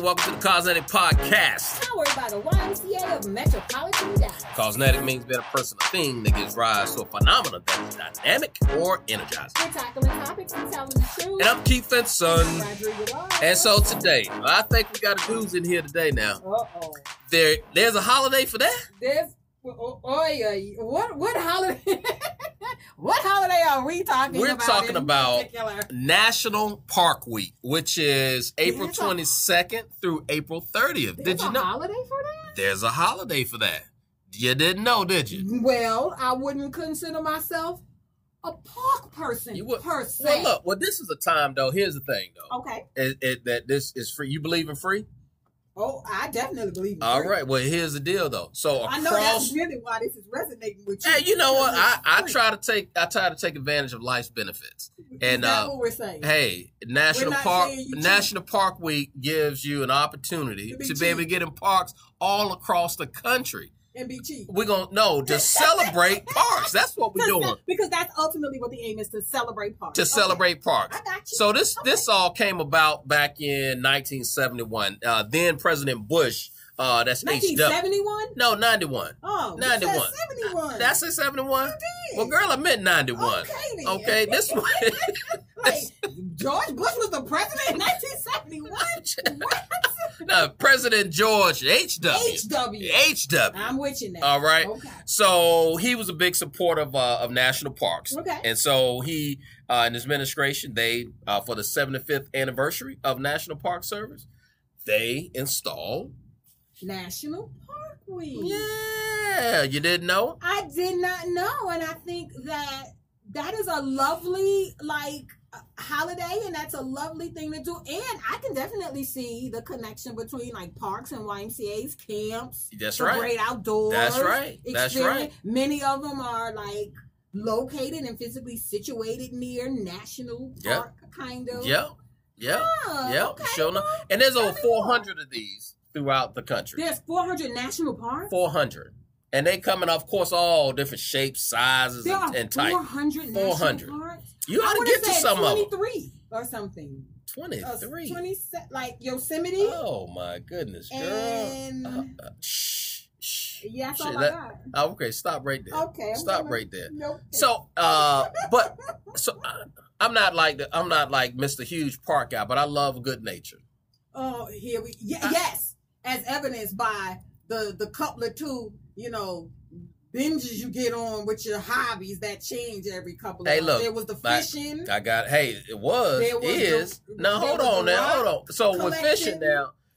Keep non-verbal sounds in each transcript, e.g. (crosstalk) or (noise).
welcome to the Cosmetic Podcast. Powered by the YMCA of Metropolitan Dallas. Cosmetic means being a person or thing that gives rise to a phenomenon that is dynamic or energizing. We're tackling topics and telling the truth. And I'm Keith Fenson. Rodrigo. And so today, I think we got a dudes in here today now. Uh oh. There, there's a holiday for that? This. Oh, oh, yeah. What, what holiday? (laughs) what holiday are we talking We're about? talking in about- Particular? National Park Week, which is April There's a- 22nd through April 30th. Did There's you a know? holiday for that? There's a holiday for that. You didn't know, did you? Well, I wouldn't consider myself a park person. You would- Per se. Well, look, well, this is a time, though. Here's the thing, though. Okay. It, it, that this is free. You believe in free? Oh, I definitely believe in All free. right. Well, here's the deal, though. So I know that's across, really why this is resonating with you. hey, you know what? I, I Free. try to take I try to take advantage of life's benefits. Is And that uh, what we're saying? hey, National We're not Park saying you cheat. National Park Week gives you an opportunity To to be be, able to get in parks all across the country. and be cheap. We're gonna no to (laughs) celebrate parks. That's what we're Because, doing that- (laughs) because that's ultimately what the aim is to celebrate parks. to Okay. celebrate parks. I got you. So this Okay. this all came about back in 1971. Uh, then President Bush, uh, that's H W. 1971? No, 91. Oh, you 91. said 71. That's in 71. Dang. Well, girl, I meant 91. Okay, then. Okay, (laughs) this (laughs) one. Like, George Bush was the president in 1971? (laughs) no, uh, President George H.W. HW. H.W. I'm with you now. All right. Okay. So he was a big supporter of, uh, of national parks. Okay. And so he, uh, in his administration, they, uh, for the 75th anniversary of National Park Service, they installed. National Park Week. Yeah, you didn't know? I did not know, and I think that that is a lovely like uh, holiday, and that's a lovely thing to do. And I can definitely see the connection between like parks and YMCA's camps. That's the right. Great outdoors. That's right. That's experience. right. Many of them are like located and physically situated near national Yep. park kind of. Yep. Yep. Ah, Yep. okay. Sure enough. And there's over Tell me more. 400 of these throughout the country. There's 400 national parks. 400. And they coming, of course, all different shapes, sizes, There and, are and type. 400 400. national parks. You ought I to would've get to said some of them. 23 or something. Uh, 23. 20, se- like Yosemite. Oh, my goodness, girl. and Uh, uh, shh, shh. yeah, that's Shit, all that- I got. Oh, okay, stop right there. Okay. I'm Stop gonna- right there. Nope. So, uh, but so I, I'm not like the, I'm not like Mr. Huge Park guy, but I love good nature. oh, here we. Ye- yes, as evidenced by the the couple of two, you know, binges you get on with your hobbies that change every couple. of Hey, months. look, there was the like, fishing. I got hey, it was, There was is. the- now there hold was on the now, rock hold on. So with fishing collecting.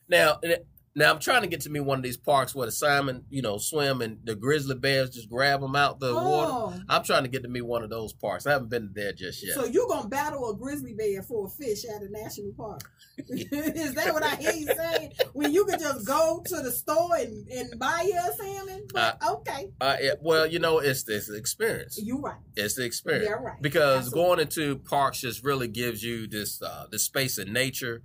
now, now eh, now I'm trying to get to me one of these parks where the salmon, you know, swim and the grizzly bears just grab them out the water. oh, I'm trying to get to me one of those parks. I haven't been there just yet. so you gonna battle a grizzly bear for a fish at a national park? (laughs) Is that what I hear you saying? when you could just go to the store and, and buy you a (laughs) salmon? But, okay, Uh, it- well, you know, it's this experience. you right. It's the experience. You're right. Because Absolutely. going into parks just really gives you this uh, this space in nature,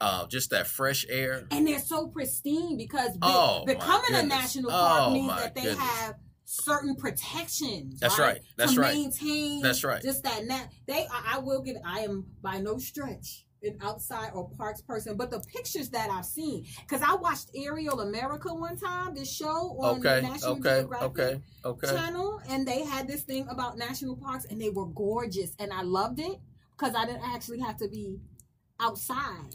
uh, just that fresh air. and they're so pristine because be- Oh, my becoming a goodness. national park Oh, means my that they goodness. have certain protections. That's right. right. That's to right. Maintain. That's right. Just that. Now they. I, I will give. I am by no stretch an outside or parks person, but the pictures that I've seen, because I watched Aerial America one time, this show on the Okay, National okay, Geographic okay, okay. channel and they had this thing about national parks and they were gorgeous and I loved it because I didn't actually have to be outside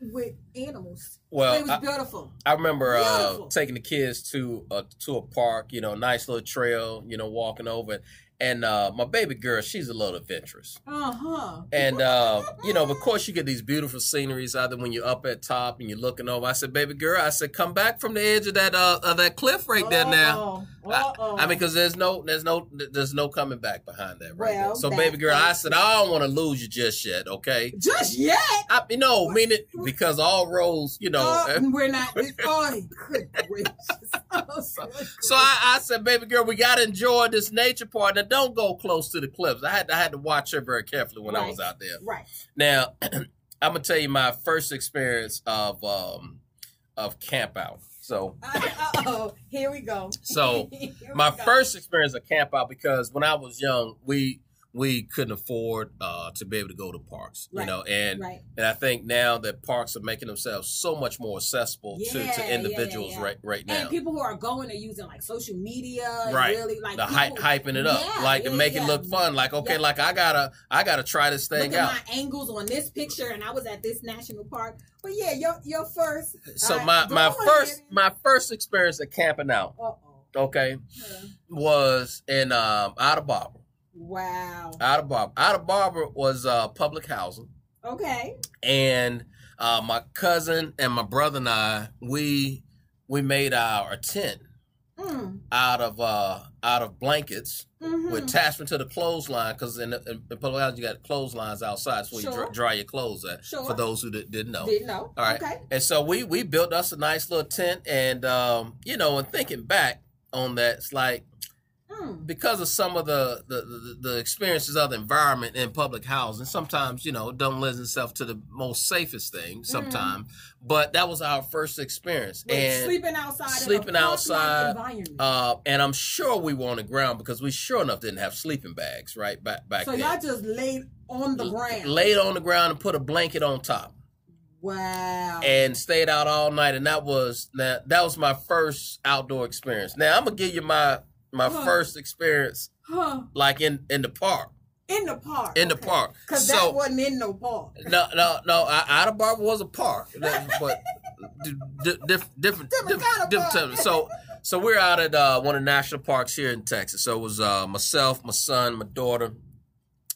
with animals. Well, it was I- beautiful. I remember uh, Beautiful. taking the kids to a, to a park, you know, nice little trail, you know, walking over. And uh, my baby girl, she's a little adventurous. Uh huh. And, uh, you know, of course, you get these beautiful sceneries either when you're up at top and you're looking over. I said, baby girl, I said, come back from the edge of that uh, of that cliff right there now. Uh oh. I mean, because there's no, there's no, there's no coming back behind that right Well, now. So, that- baby girl, I said, I don't want to lose you just yet, okay? just yet. I, you know, mean it because all roads, you know. Oh, eh. we're not. Oh, good gracious. (laughs) Oh, so I, I said, baby girl, we gotta enjoy this nature part. Now, don't go close to the cliffs. I had, I had to watch her very carefully when I was Right. out there. right. Now, (clears throat) I'm gonna tell you my first experience of um of camp out. So, Uh oh. Here we go. so (laughs) Here we my go. first experience of camp out because when I was young, we we couldn't afford uh, to be able to go to parks, you Right. know, and right. and I think now that parks are making themselves so much more accessible Yeah, to, yeah, to individuals yeah. right right now. And people who are going are using like social media, and Right. Really, like the people, hype, hyping it up, Yeah, like yeah, and make yeah. it look fun. Like okay, Yeah. like I gotta, I gotta try this thing Look at out. my angles on this picture, and I was at this national park. But yeah, your your first. so All my right, go my on, first Jimmy. my first experience at camping out, Uh oh. okay, was in um, Ida Barber. Wow. Ida Barber. Ida Barber was uh, public housing, Okay. and uh, my cousin and my brother and I we we made our tent Mm. out of uh, out of blankets hmm with attachment to the clothesline because in, in, in public housing you got clotheslines outside, so you Sure. dry, dry your clothes at. Sure. For those who did, didn't know, Didn't know. All right. Okay. And so we we built us a nice little tent, and um, you know, and thinking back on that, it's like Mm. because of some of the the, the, the experiences of the environment in public housing, sometimes you know, it don't lend itself to the most safest Mm-hmm. thing. Sometimes, but that was our first experience, Wait, and sleeping outside. sleeping in a park-like outside, environment. uh, and I'm sure we were on the ground because we sure enough didn't have sleeping bags right back back so then. y'all just laid on the ground. Laid on the ground and put a blanket on top. wow. and stayed out all night and that was now that was my first outdoor experience now i'm gonna give you my my Huh. first experience huh. like in in the park In the park. in the okay. park Cause that wasn't in no park. no no no I- Ida Barber was a park that- but di- di- diff- Different different different kind of different park. type. so so we're out at uh, one of the national parks here in texas so it was uh, myself my son my daughter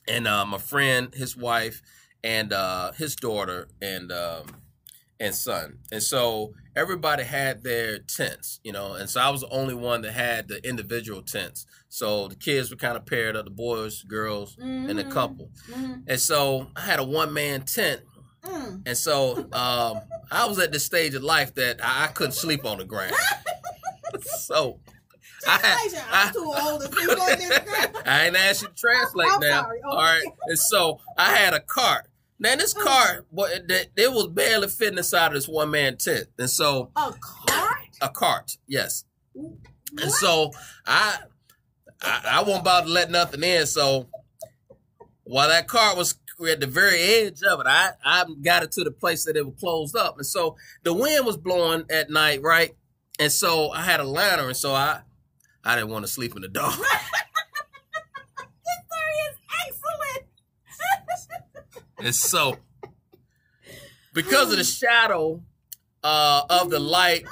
and uh, my friend his wife and uh, his daughter and um, and son. And so everybody had their tents, you know, and so I was the only one that had the individual tents. So the kids were kind of paired up, the boys, girls, and a Mhm. couple. Mhm. And so I had a one man tent. Mm. And so um, I was at the stage of life that I, I couldn't sleep on (laughs) the ground. so I had, Elijah, I'm I- too old to sleep on (laughs) this ground. I ain't asked you to translate I'm now. sorry. All right. And so I had a cart. Now this Oh. cart, boy, it, it was barely fitting inside of this one man tent. And so A cart? a cart, yes. And What? so I, I I won't bother to let nothing in. So while that cart was at the very edge of it, I I got it to the place that it was closed up. And so the wind was blowing at night, right? And so I had a liner, and so I I didn't want to sleep in the dark. (laughs) Excellent. And so, because of the shadow uh, of the light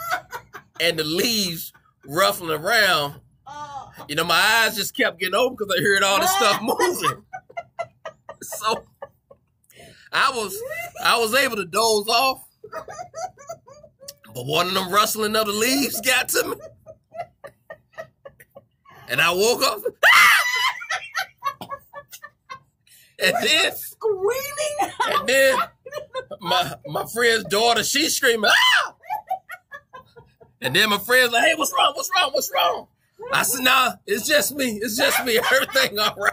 and the leaves ruffling around, Oh. you know, my eyes just kept getting open because I heard all this stuff moving. So, I was I was able to doze off, but one of them rustling of the leaves got to me, and I woke up. (laughs) and then Screaming. and then my my friend's daughter, she screaming, ah! And then my friend's like, hey, what's wrong? What's wrong? What's wrong? I said, nah, it's just me. It's just me. (laughs) Everything all right.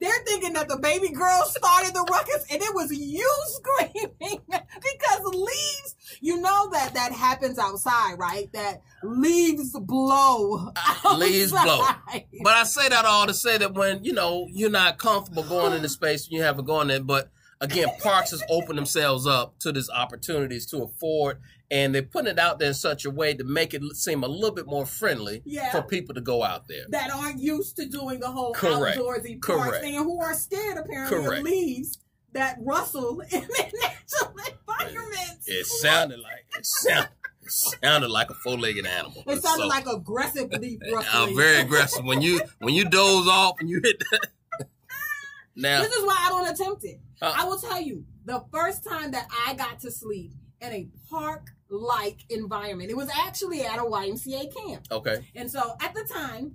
They're thinking that the baby girl started the ruckus and it was you screaming because leaves, you know that that happens outside, right? That leaves blow. leaves blow. outside. But I say that all to say that when, you know, you're not comfortable going into space, you haven't gone there. But again, parks has opened themselves up to these opportunities to afford. And they're putting it out there in such a way to make it seem a little bit more friendly Yeah. for people to go out there. That aren't used to doing the whole Correct. outdoorsy parts Correct. and who are scared apparently of Correct. leaves that rustle in their natural environments. It sounded like it, sound, it sounded like a four legged animal. It sounded So- like aggressive leaf Uh, rustling. very aggressive. When you when you doze off and you hit that. (laughs) Now, This is why I don't attempt it. Uh. I will tell you, the first time that I got to sleep in a park like environment, it was actually at a YMCA camp. okay, And so at the time,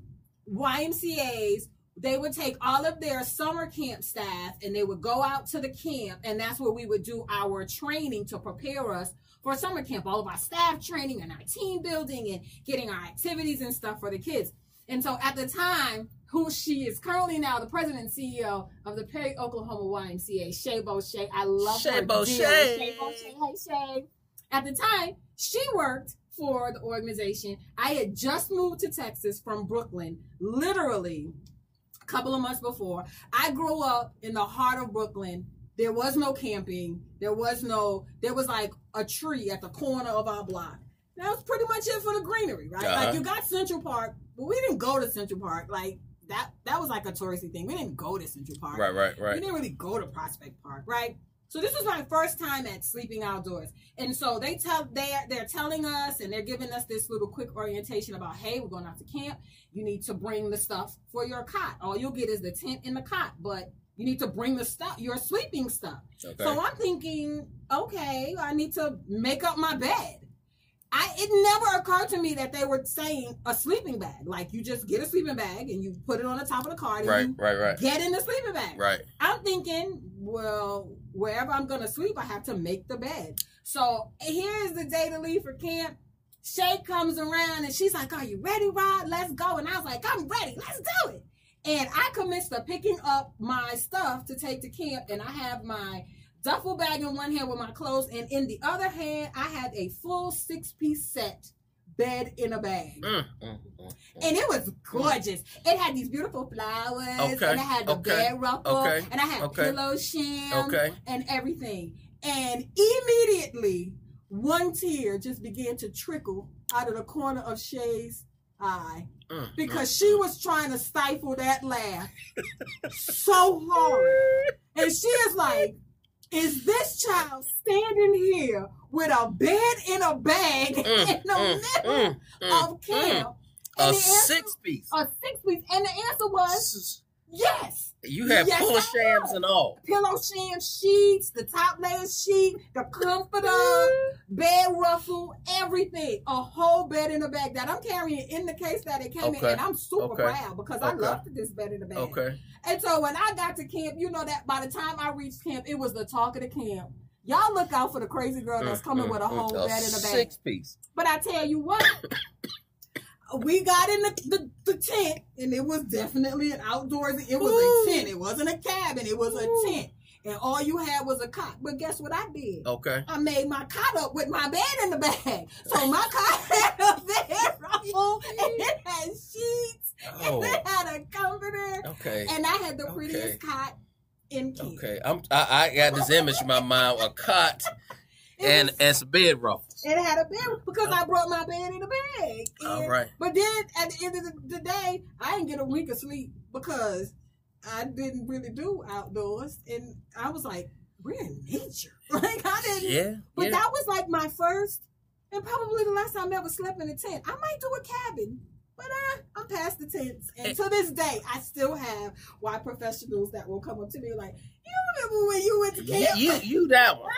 YMCAs, they would take all of their summer camp staff and they would go out to the camp, and that's where we would do our training to prepare us for summer camp, all of our staff training and our team building and getting our activities and stuff for the kids. And so at the time, who she is currently now the president and CEO of the Perry, Oklahoma YMCA, Shay Boshay. I love her. Shay Bo dearly. Shay. Shay Bo Shay. Hey, Shay. At the time, she worked for the organization. I had just moved to Texas from Brooklyn, literally couple of months before. I grew up in the heart of Brooklyn. There was no camping. There was no. There was like a tree at the corner of our block. That was pretty much it for the greenery, right? Uh-huh. Like you got Central Park, but we didn't go to Central Park. Like that. That was like a touristy thing. We didn't go to Central Park. Right, right, We right. didn't really go to Prospect Park, right? So this was my first time at sleeping outdoors, and so they tell they are they're telling us and they're giving us this little quick orientation about hey we're going out to camp. You need to bring the stuff for your cot. All you'll get is the tent and the cot, but you need to bring the stuff your sleeping stuff. Okay. So I'm thinking, okay, I need to make up my bed. I it never occurred to me that they were saying a sleeping bag. Like you just get a sleeping bag and you put it on the top of the car and Right, you right, right, get in the sleeping bag. right. I'm thinking, well, wherever I'm gonna sleep, I have to make the bed. So here's the day to leave for camp. Shay comes around and she's like, Are you ready, Rod? Let's go. And I was like, I'm ready, let's do it. And I commenced to picking up my stuff to take to camp, and I have my duffel bag in one hand with my clothes, and in the other hand, I had a full six-piece set bed in a bag. Mm, mm, mm. And it was gorgeous. It had these beautiful flowers, Okay, and it had the okay, bed ruffle, okay, and I had okay. pillow sham, Okay. and everything. And immediately, one tear just began to trickle out of the corner of Shay's eye Mm, because she was trying to stifle that laugh (laughs) so hard. And she is like, is this child standing here with a bed in a bag (laughs) mm, in the mm, middle mm, mm. of camp? A And Oh, the answer- six piece. a six piece, and the answer was yes. You had Yes, pull I shams was. and all. Pillow sham sheets, the top layer sheet, the comforter, Mm-hmm. bed ruffle, everything. A whole bed in a bag that I'm carrying in the case that it came in. Okay. And I'm super Okay. proud because I Okay. loved this bed in a bag. Okay. And so when I got to camp, you know that by the time I reached camp, it was the talk of the camp. Y'all look out for the crazy girl that's Mm, coming mm, with a mm. whole bed in a bag. Six piece. But I tell you what, we got in the, the, the tent, and it was definitely an outdoorsy. It was Ooh. a tent. It wasn't a cabin. It was Ooh. a tent, and all you had was a cot. But guess what I did? (laughs) Okay. I made my cot up with my bed in the bag. So (laughs) my cot had a bed ruffle, and it had sheets, and Oh. it had a comforter, Okay. and I had the Okay. prettiest cot in camp. Okay. I'm. I, I got this image in my mind: a cot It and was- and some bed ruffles. it had a bed because I brought my bed in the bag. And All right. But then at the end of the, the day, I didn't get a wink of sleep because I didn't really do outdoors, and I was like, "We're in nature." (laughs) Like I didn't. Yeah. But yeah. that was like my first, and probably the last time I ever slept in a tent. I might do a cabin, but uh, I'm past the tents, and to this day, I still have why professionals that will come up to me like, "You remember when you went to You, camp (laughs) Ah, you you that one.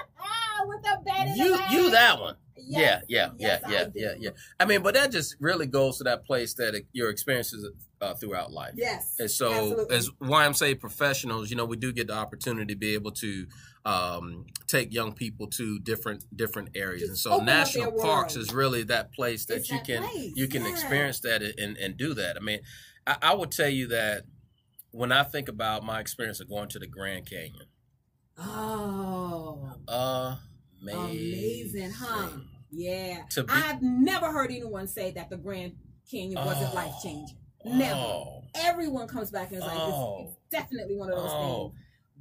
with the bed in the You bag?" you that one. Yes, yeah, yeah, yes, I yeah, do. yeah, yeah, yeah. I mean, but that just really goes to that place that it, your experiences uh, throughout life. Yes. And so, Absolutely. as YMCA professionals, you know, we do get the opportunity to be able to um, take young people to different different areas. Just and so, open up their national parks world. is really that place that It's you that can place, you can yeah. experience that and and do that. I mean, I, I would tell you that when I think about my experience of going to the Grand Canyon, Oh, amazing, Amazing, huh? yeah. To be I've never heard anyone say that the Grand Canyon wasn't Oh. life changing. Never. Oh. Everyone comes back and is like, it's- it's, Oh. definitely one of those things. Oh,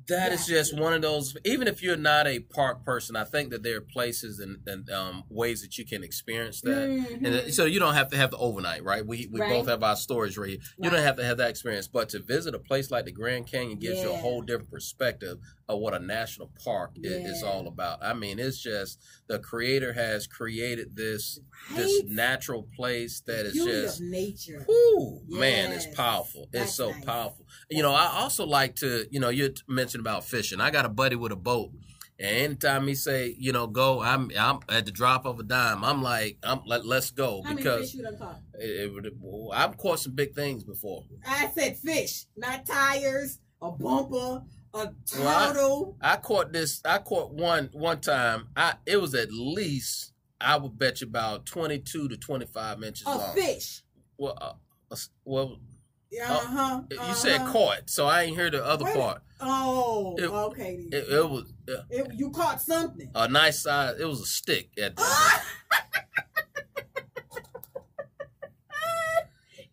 that is Yeah. just one of those. Even if you're not a park person, I think that there are places and, and um, ways that you can experience that. Mhm. And it- so you don't have to have the overnight, right? We we Right. both have our stories right here. You don't Right. have to have that experience, but to visit a place like the Grand Canyon gives you a Yeah. whole different perspective of what a national park i- is, Yeah. all about. I mean, it's just the creator has created this this Right? natural place that is Beauty just of nature. Whew, man, it's Yes. powerful. It's That's so nice. powerful. You know, I also like to, you know, you t- mentioned about fishing. I got a buddy with a boat, and anytime he say, you know, go, I'm, I'm at the drop of a dime. I'm like, I'm let, let's go How many fish because you done caught? it, it would, well, I've caught some big things before. I said fish, not tires, a bumper, a Well, I- turtle. I caught this. I caught one one time. I it was at least I would bet you about twenty two to twenty five inches A long. fish. Well, uh, a s- well, Uh-huh. Oh, you said uh-huh. caught, so I ain't heard the other Wait a- part. Oh, It- okay. then. It, it was. Uh, It- you caught something. a nice size. It was (laughs) a stick at the Ah!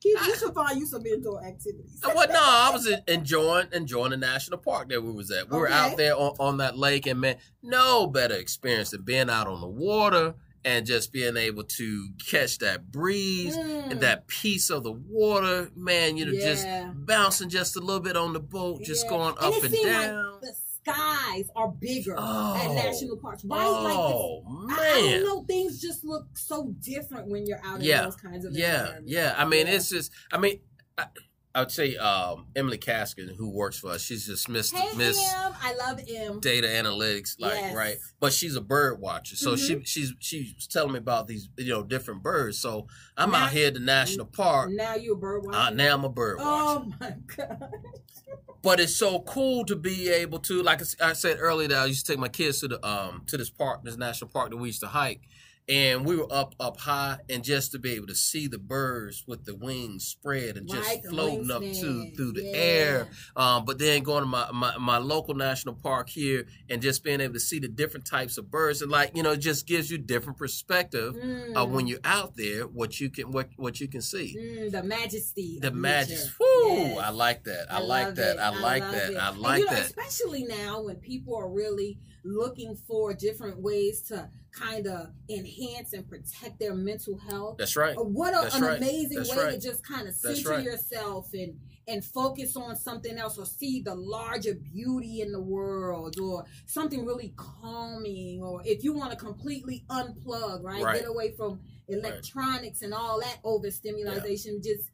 Keith, you should find you some indoor activities. Well, no, I was en- enjoying enjoying the national park that we was at. We were Okay. out there on, on that lake, and man, no better experience than being out on the water and just being able to catch that breeze Mm. and that piece of the water. Man, you know, just Yeah. bouncing just a little bit on the boat, just Yeah. going And up it and seemed down. like the skies are bigger at Oh. national parks. Why? oh like, I, I man. don't know. Things just look so different when you're out in Yeah. those kinds of yeah environments. yeah i mean Yeah. it's just i mean i, I would say um emily caskin who works for us she's just miss Hey, miss Em, I love Em. data analytics like Yes. Mm-hmm. right but she's a bird watcher so she she's she was telling me about these you know different birds so i'm Now- out here at the national park Now you're a bird watcher. uh, now i'm a bird watcher oh my god. but it's so cool to be able to like I s- i said earlier that i used to take my kids to the um to this park this national park that we used to hike and we were up up high and just to be able to see the birds with the wings spread and just Right, the floating up to wingspan. through the Yeah. air um, but then going to my, my, my local national park here and just being able to see the different types of birds and like you know it just gives you different perspective Mm. of Uh, when you're out there what you can what what you can see Mm, the majesty. the of magic nature. whoo Yes. i like that i, love like that it. i like love that it. i And, like you know, that Especially now when people are really looking for different ways to kind of enhance and protect their mental health. That's right. Uh, What a, That's an right. amazing That's way to right. just kind of That's center right. yourself and and focus on something else or see the larger beauty in the world or something really calming or if you want to completely unplug, right? Right. Get away from electronics and all that overstimulation. Just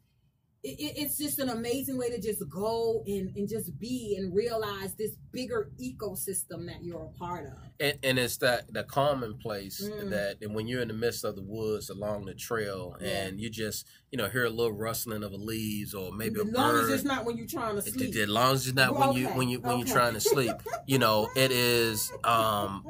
it, it- it's just an amazing way to just go and, and just be and realize this bigger ecosystem that you're a part of. And, and it's that the common place Mm. that, and when you're in the midst of the woods along the trail, Yeah. and you just you know hear a little rustling of the leaves or maybe a as long bird. as it's not when you're trying to It- sleep. it- as long as it's not when you Okay, when you when okay. you're trying to sleep, you know it is um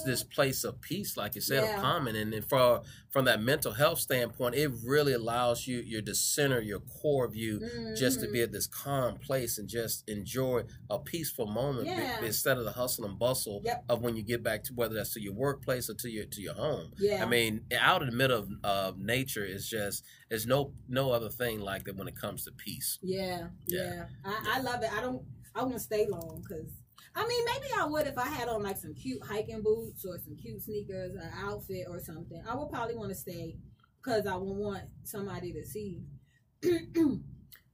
(laughs) this place of peace, like you said, Yeah. of common, and then for from that mental health standpoint, it really allows you your to center your core view just to Mhm. be at this calm place and just enjoy a peaceful moment be- Yeah. instead of the hustle and bustle Yep. of when you get back to whether that's to your workplace or to your to your home. Yeah. I mean, out in the middle of, of nature is just there's no no other thing like that when it comes to peace. Yeah, yeah. Yeah. I, I love it. I don't. I won't stay long because. I mean, maybe I would if I had on like some cute hiking boots or some cute sneakers, an outfit or something. I would probably want to stay because I would want somebody to see.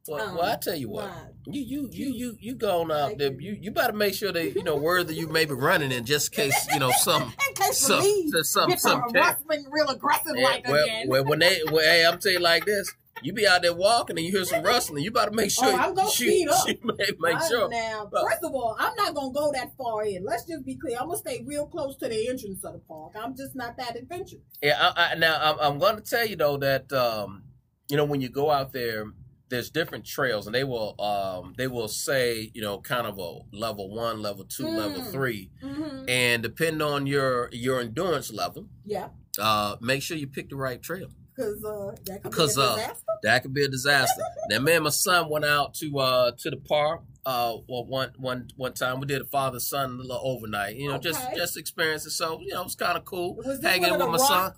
Well, Um, well I tell you what, why? you you you you you going out Like there. it. You you better make sure that you know whether you may be running in just case you know (laughs) something. In case Some- the leaves some- some- get some some cat- rustling real (laughs) aggressive Yeah, like Eh, well, again. well, when they, well, hey, I'm telling you like this. You be out there walking and you hear some rustling. You better make sure. Oh, I'm gonna you, speed up. you (laughs) make, make Right sure. Now, But- first of all, I'm not gonna go that far in. Let's just be clear. I'm gonna stay real close to the entrance of the park. I'm just not that adventurous. Yeah. I, I, now I'm, I'm going to tell you though that um, you know when you go out there, there's different trails, and they will um, they will say you know kind of a level one, level two, level Mm. three, Mm-hmm. and depending on your your endurance level, Yeah, uh, make sure you pick the right trail. because uh, that could be a 'Cause, uh, disaster. That could be a disaster. now, me and my son went out to uh to the park. Uh, well, one one one time we did a father son little overnight. You know, just Okay. just experience it. So you know, it was kind of cool Was this hanging one with of my the son. rock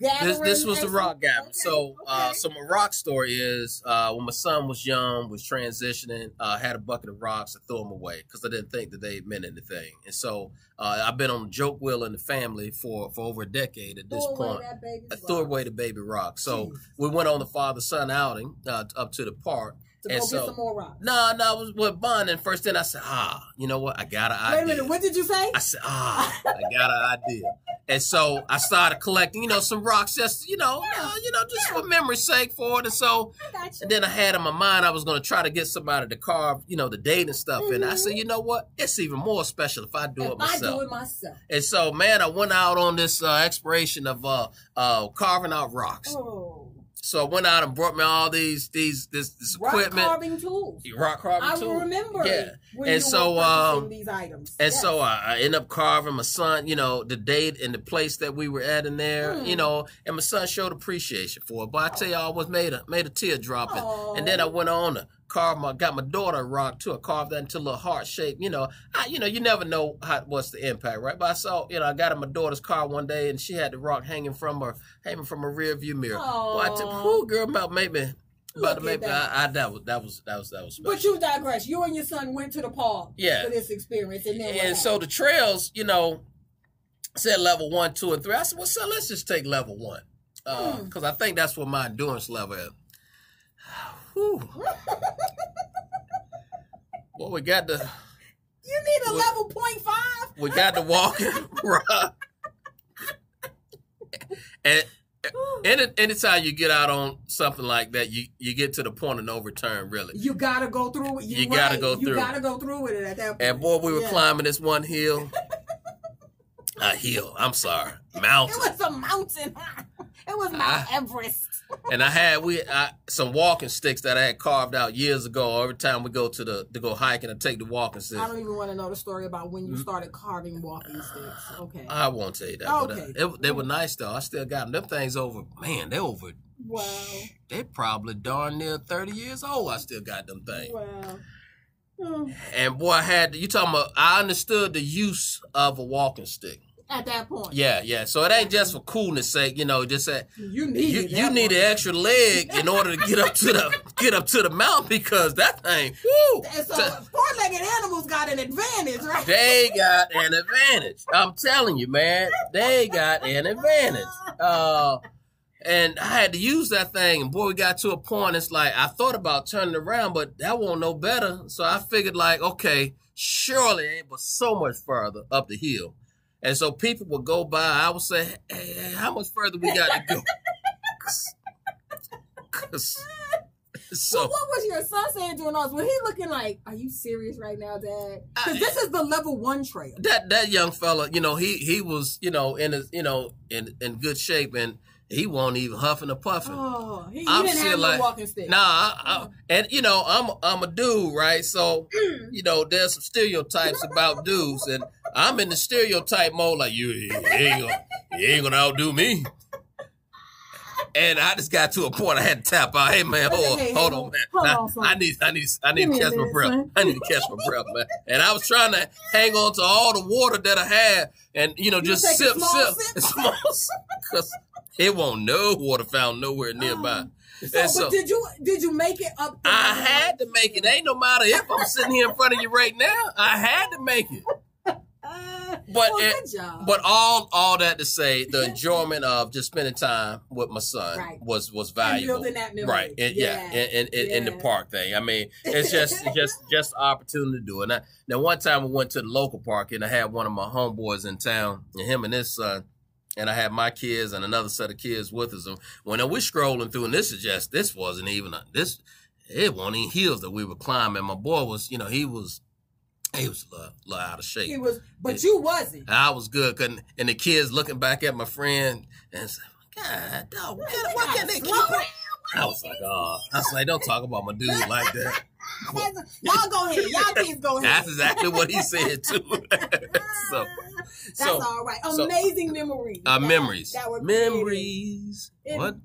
This this was the gathering rock guy. Okay, So uh, okay. so my rock story is uh when my son was young, was transitioning, uh, had a bucket of rocks, I threw them away because I didn't think that they meant anything. And so uh, I've been on the joke wheel in the family for for over a decade at this Throw away point. Oh, that baby's I threw rock away the baby rock. So Jeez. we went on the father son outing uh, up to the park. to and go get so- some more rocks. No, no, it was with Bun. And first, then I said, ah, you know what? I got an Wait a idea. minute, what did you say? I said, ah, I got an idea. And so I started collecting, you know, some rocks just, you know, Yeah, uh, you know, just yeah. for memory's sake for it. And so, I got you. and then I had in my mind I was going to try to get somebody to carve, you know, the date and stuff. And I Mhm. said, you know what? It's even more special if I do if it I myself. do it myself. And so, man, I went out on this uh, exploration of uh, uh, carving out rocks. Oh, So I went out and brought me all these these this, this rock equipment, carving tools. rock carving I tool. will remember. Yeah. it when And you so, were purchasing um, these items. And Yes. so I, I end up carving my son, you know, the date and the place that we were at in there, Hmm. you know, and my son showed appreciation for it. But I tell you, I almost made a made a tear drop, and, and then I Aw. went on to carve my got my daughter a rock too. I carved that into a little heart shape, you know. I, you know, you never know how what's the impact, right? But I saw, you know, I got in my daughter's car one day, and she had the rock hanging from her hanging from her rear view mirror. Boy, I tell- Aw. whew, girl, about made me But Look at maybe that. I, I Um, that was that was that was that was special. But you digress. You and your son went to the park Yeah. for this experience, and then what and so the trails, you know, said level one, two, and three. I said, well, so let's just take level one because I think that's what my endurance level is. (sighs) Whew. Well, we got the happened? you need a What- level point five. we got the (laughs) walking, bruh. and any, anytime you get out on something like that, you you get to the point of no return, really. You gotta go through it. You're You gotta right. go You through. gotta go through with it at that point. And boy, we were Yeah. climbing this one hill. A hill, I'm sorry, It mountain. was a mountain. (laughs) it was Mount Ah. Everest. And I had we I, some walking sticks that I had carved out years ago. Every time we go to the to go hiking, I take the walking sticks. I don't even want to know the story about when you Mm. started carving walking sticks. Okay. I won't tell you that. But, uh, Okay. they, they were nice though. I still got them. Them things over, man. They over. wow. They probably darn near thirty years old. I still got them things. Wow. Mm. And boy, I had you talking about. I understood the use of a walking stick. At that point. Yeah, yeah. So it ain't just for coolness sake, you know. Just that You you, needed you that need one. an extra leg in order to get up to the get up to the mountain because that thing, woo. And so to- four-legged animals got an advantage, right? (laughs) they got an advantage. I'm telling you, man, they got an advantage. Uh, and I had to use that thing, and boy, we got to a point. It's like I thought about turning around, but that won't know better. So I figured, like, okay, surely it ain't but so much further up the hill. And so people would go by. I would say, hey, hey, how much further we got to go? (laughs) 'Cause- 'cause- So so what was your son saying during all this? Was he looking like, "Are you serious right now, Dad?" Because I- this is the level one trail. that that young fella, you know, he he was, you know, in his, you know, in in good shape, and he won't even huffing or puffing. Oh, he, he I'm didn't still have like- no walking stick. Nah, I, Mm. I, and you know, I'm I'm a dude, right? So, you know, there's some stereotypes about dudes, and I'm in the stereotype mode, like you, you ain't gonna, you ain't gonna outdo me. And I just got to a point I had to tap out. Hey man, Hey, hold, hey, hey, hold hold- on, man. hold Nah, on, son. I need, I need, I need Give to me a catch my minute, breath. son. I need to catch my breath, man. And I was trying to hang on to all the water that I had, and you know, You just take a sip, small sip, sip? (laughs) small, because it won't no water found nowhere nearby. Uh-huh. so, and but did you did you make it up? the I level had one? to make it. Ain't no matter if I'm sitting here in front of you right now. I had to make it. Uh, But well, it- good job. But all all that to say, the enjoyment of just spending time with my son Right. was was And valuable. building that memory. Right. And, yeah. Yeah. And, and, and, and the Yeah. park thing. I mean, it's just it's just just an opportunity to do it. Now, now one time we went to the local park and I had one of my homeboys in town and him and his son. And I had my kids and another set of kids with us. And when we're scrolling through, and this is just this wasn't even a, this it wasn't even hills that we were climbing. My boy was, you know, he was he was a little, little out of shape. he was, but you wasn't. And I was good. Couldn't, and the kids looking back at my friend and said, God, dog, why, why can't they keep Slow up? I was like, oh, I was like, don't talk about my dude like that. down. Y'all go ahead. (laughs) Y'all kids go ahead. That's exactly what he said too. (laughs) so, Ah, That's so all right. so- Amazing memories. uh, that- memories, that were created. memories. In- What?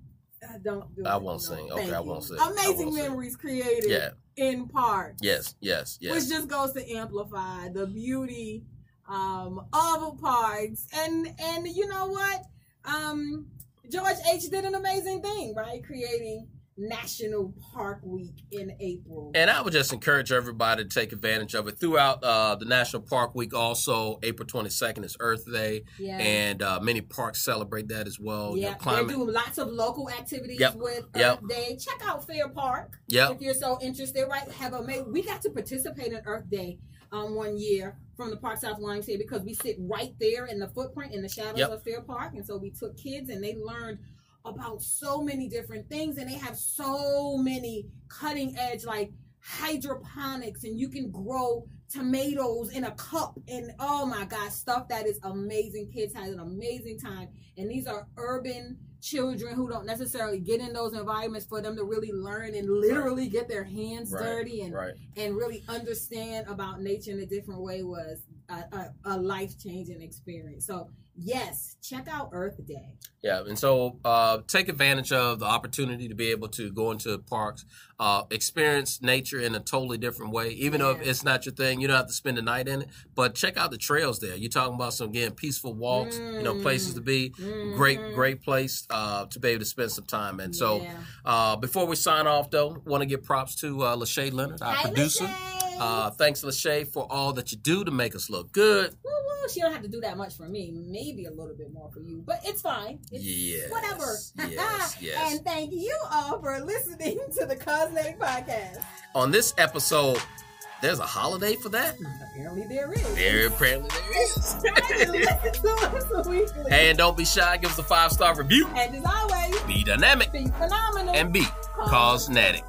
Uh, don't do I it. won't No, sing. Okay, thank I you. won't sing. I Amazing won't sing. memories created Yeah. in part, Yes. Yes. which Yes. just goes to amplify the beauty um, of parts. And and you know what? Um, George H did an amazing thing, right? Creating National Park Week in April. And I would just encourage everybody to take advantage of it throughout uh, the National Park Week. Also, April 22nd is Earth Day, yeah. and uh, many parks celebrate that as well. You know, yeah, they climate. do lots of local activities Yep, with yep. Earth Day. Check out Fair Park. Yep. if you're so interested, right? Have a mate. We got to participate in Earth Day um, one year from the Park South Lawrence here because we sit right there in the footprint in the shadows Yep. of Fair Park, and so we took kids and they learned about so many different things, and they have so many cutting edge like hydroponics, and you can grow tomatoes in a cup, and oh my gosh, stuff that is amazing. Kids had an amazing time and these are urban children who don't necessarily get in those environments for them to really learn and literally get their hands Right, dirty and Right. and really understand about nature in a different way was uh, a, a, a life changing experience. So yes, check out Earth Day. Yeah, and so uh, take advantage of the opportunity to be able to go into parks, uh, experience nature in a totally different way. Even though if Yeah. it's not your thing, you don't have to spend the night in it. But check out the trails there. You're talking about some again peaceful walks, you know, places to Mm. be. Great, Mhm. great place uh, to be able to spend some time. And so, Yeah. uh, before we sign off, though, want to give props to uh, Lachey Leonard, our Hey, producer. Lachey! Uh, thanks, Lachey, for all that you do to make us look good. Woo woo. She don't have to do that much for me. Maybe a little bit more for you, but it's fine. It's Yes. whatever. (laughs) Yes. Yes. and thank you all for listening to the Cosmetic Podcast. On this episode, there's a holiday for that. Apparently there is. (laughs) There apparently there is. (laughs) Try to listen to us weekly. Hey, and don't be shy. Give us a five star review. And as always, Be dynamic be phenomenal. and be cosmetic.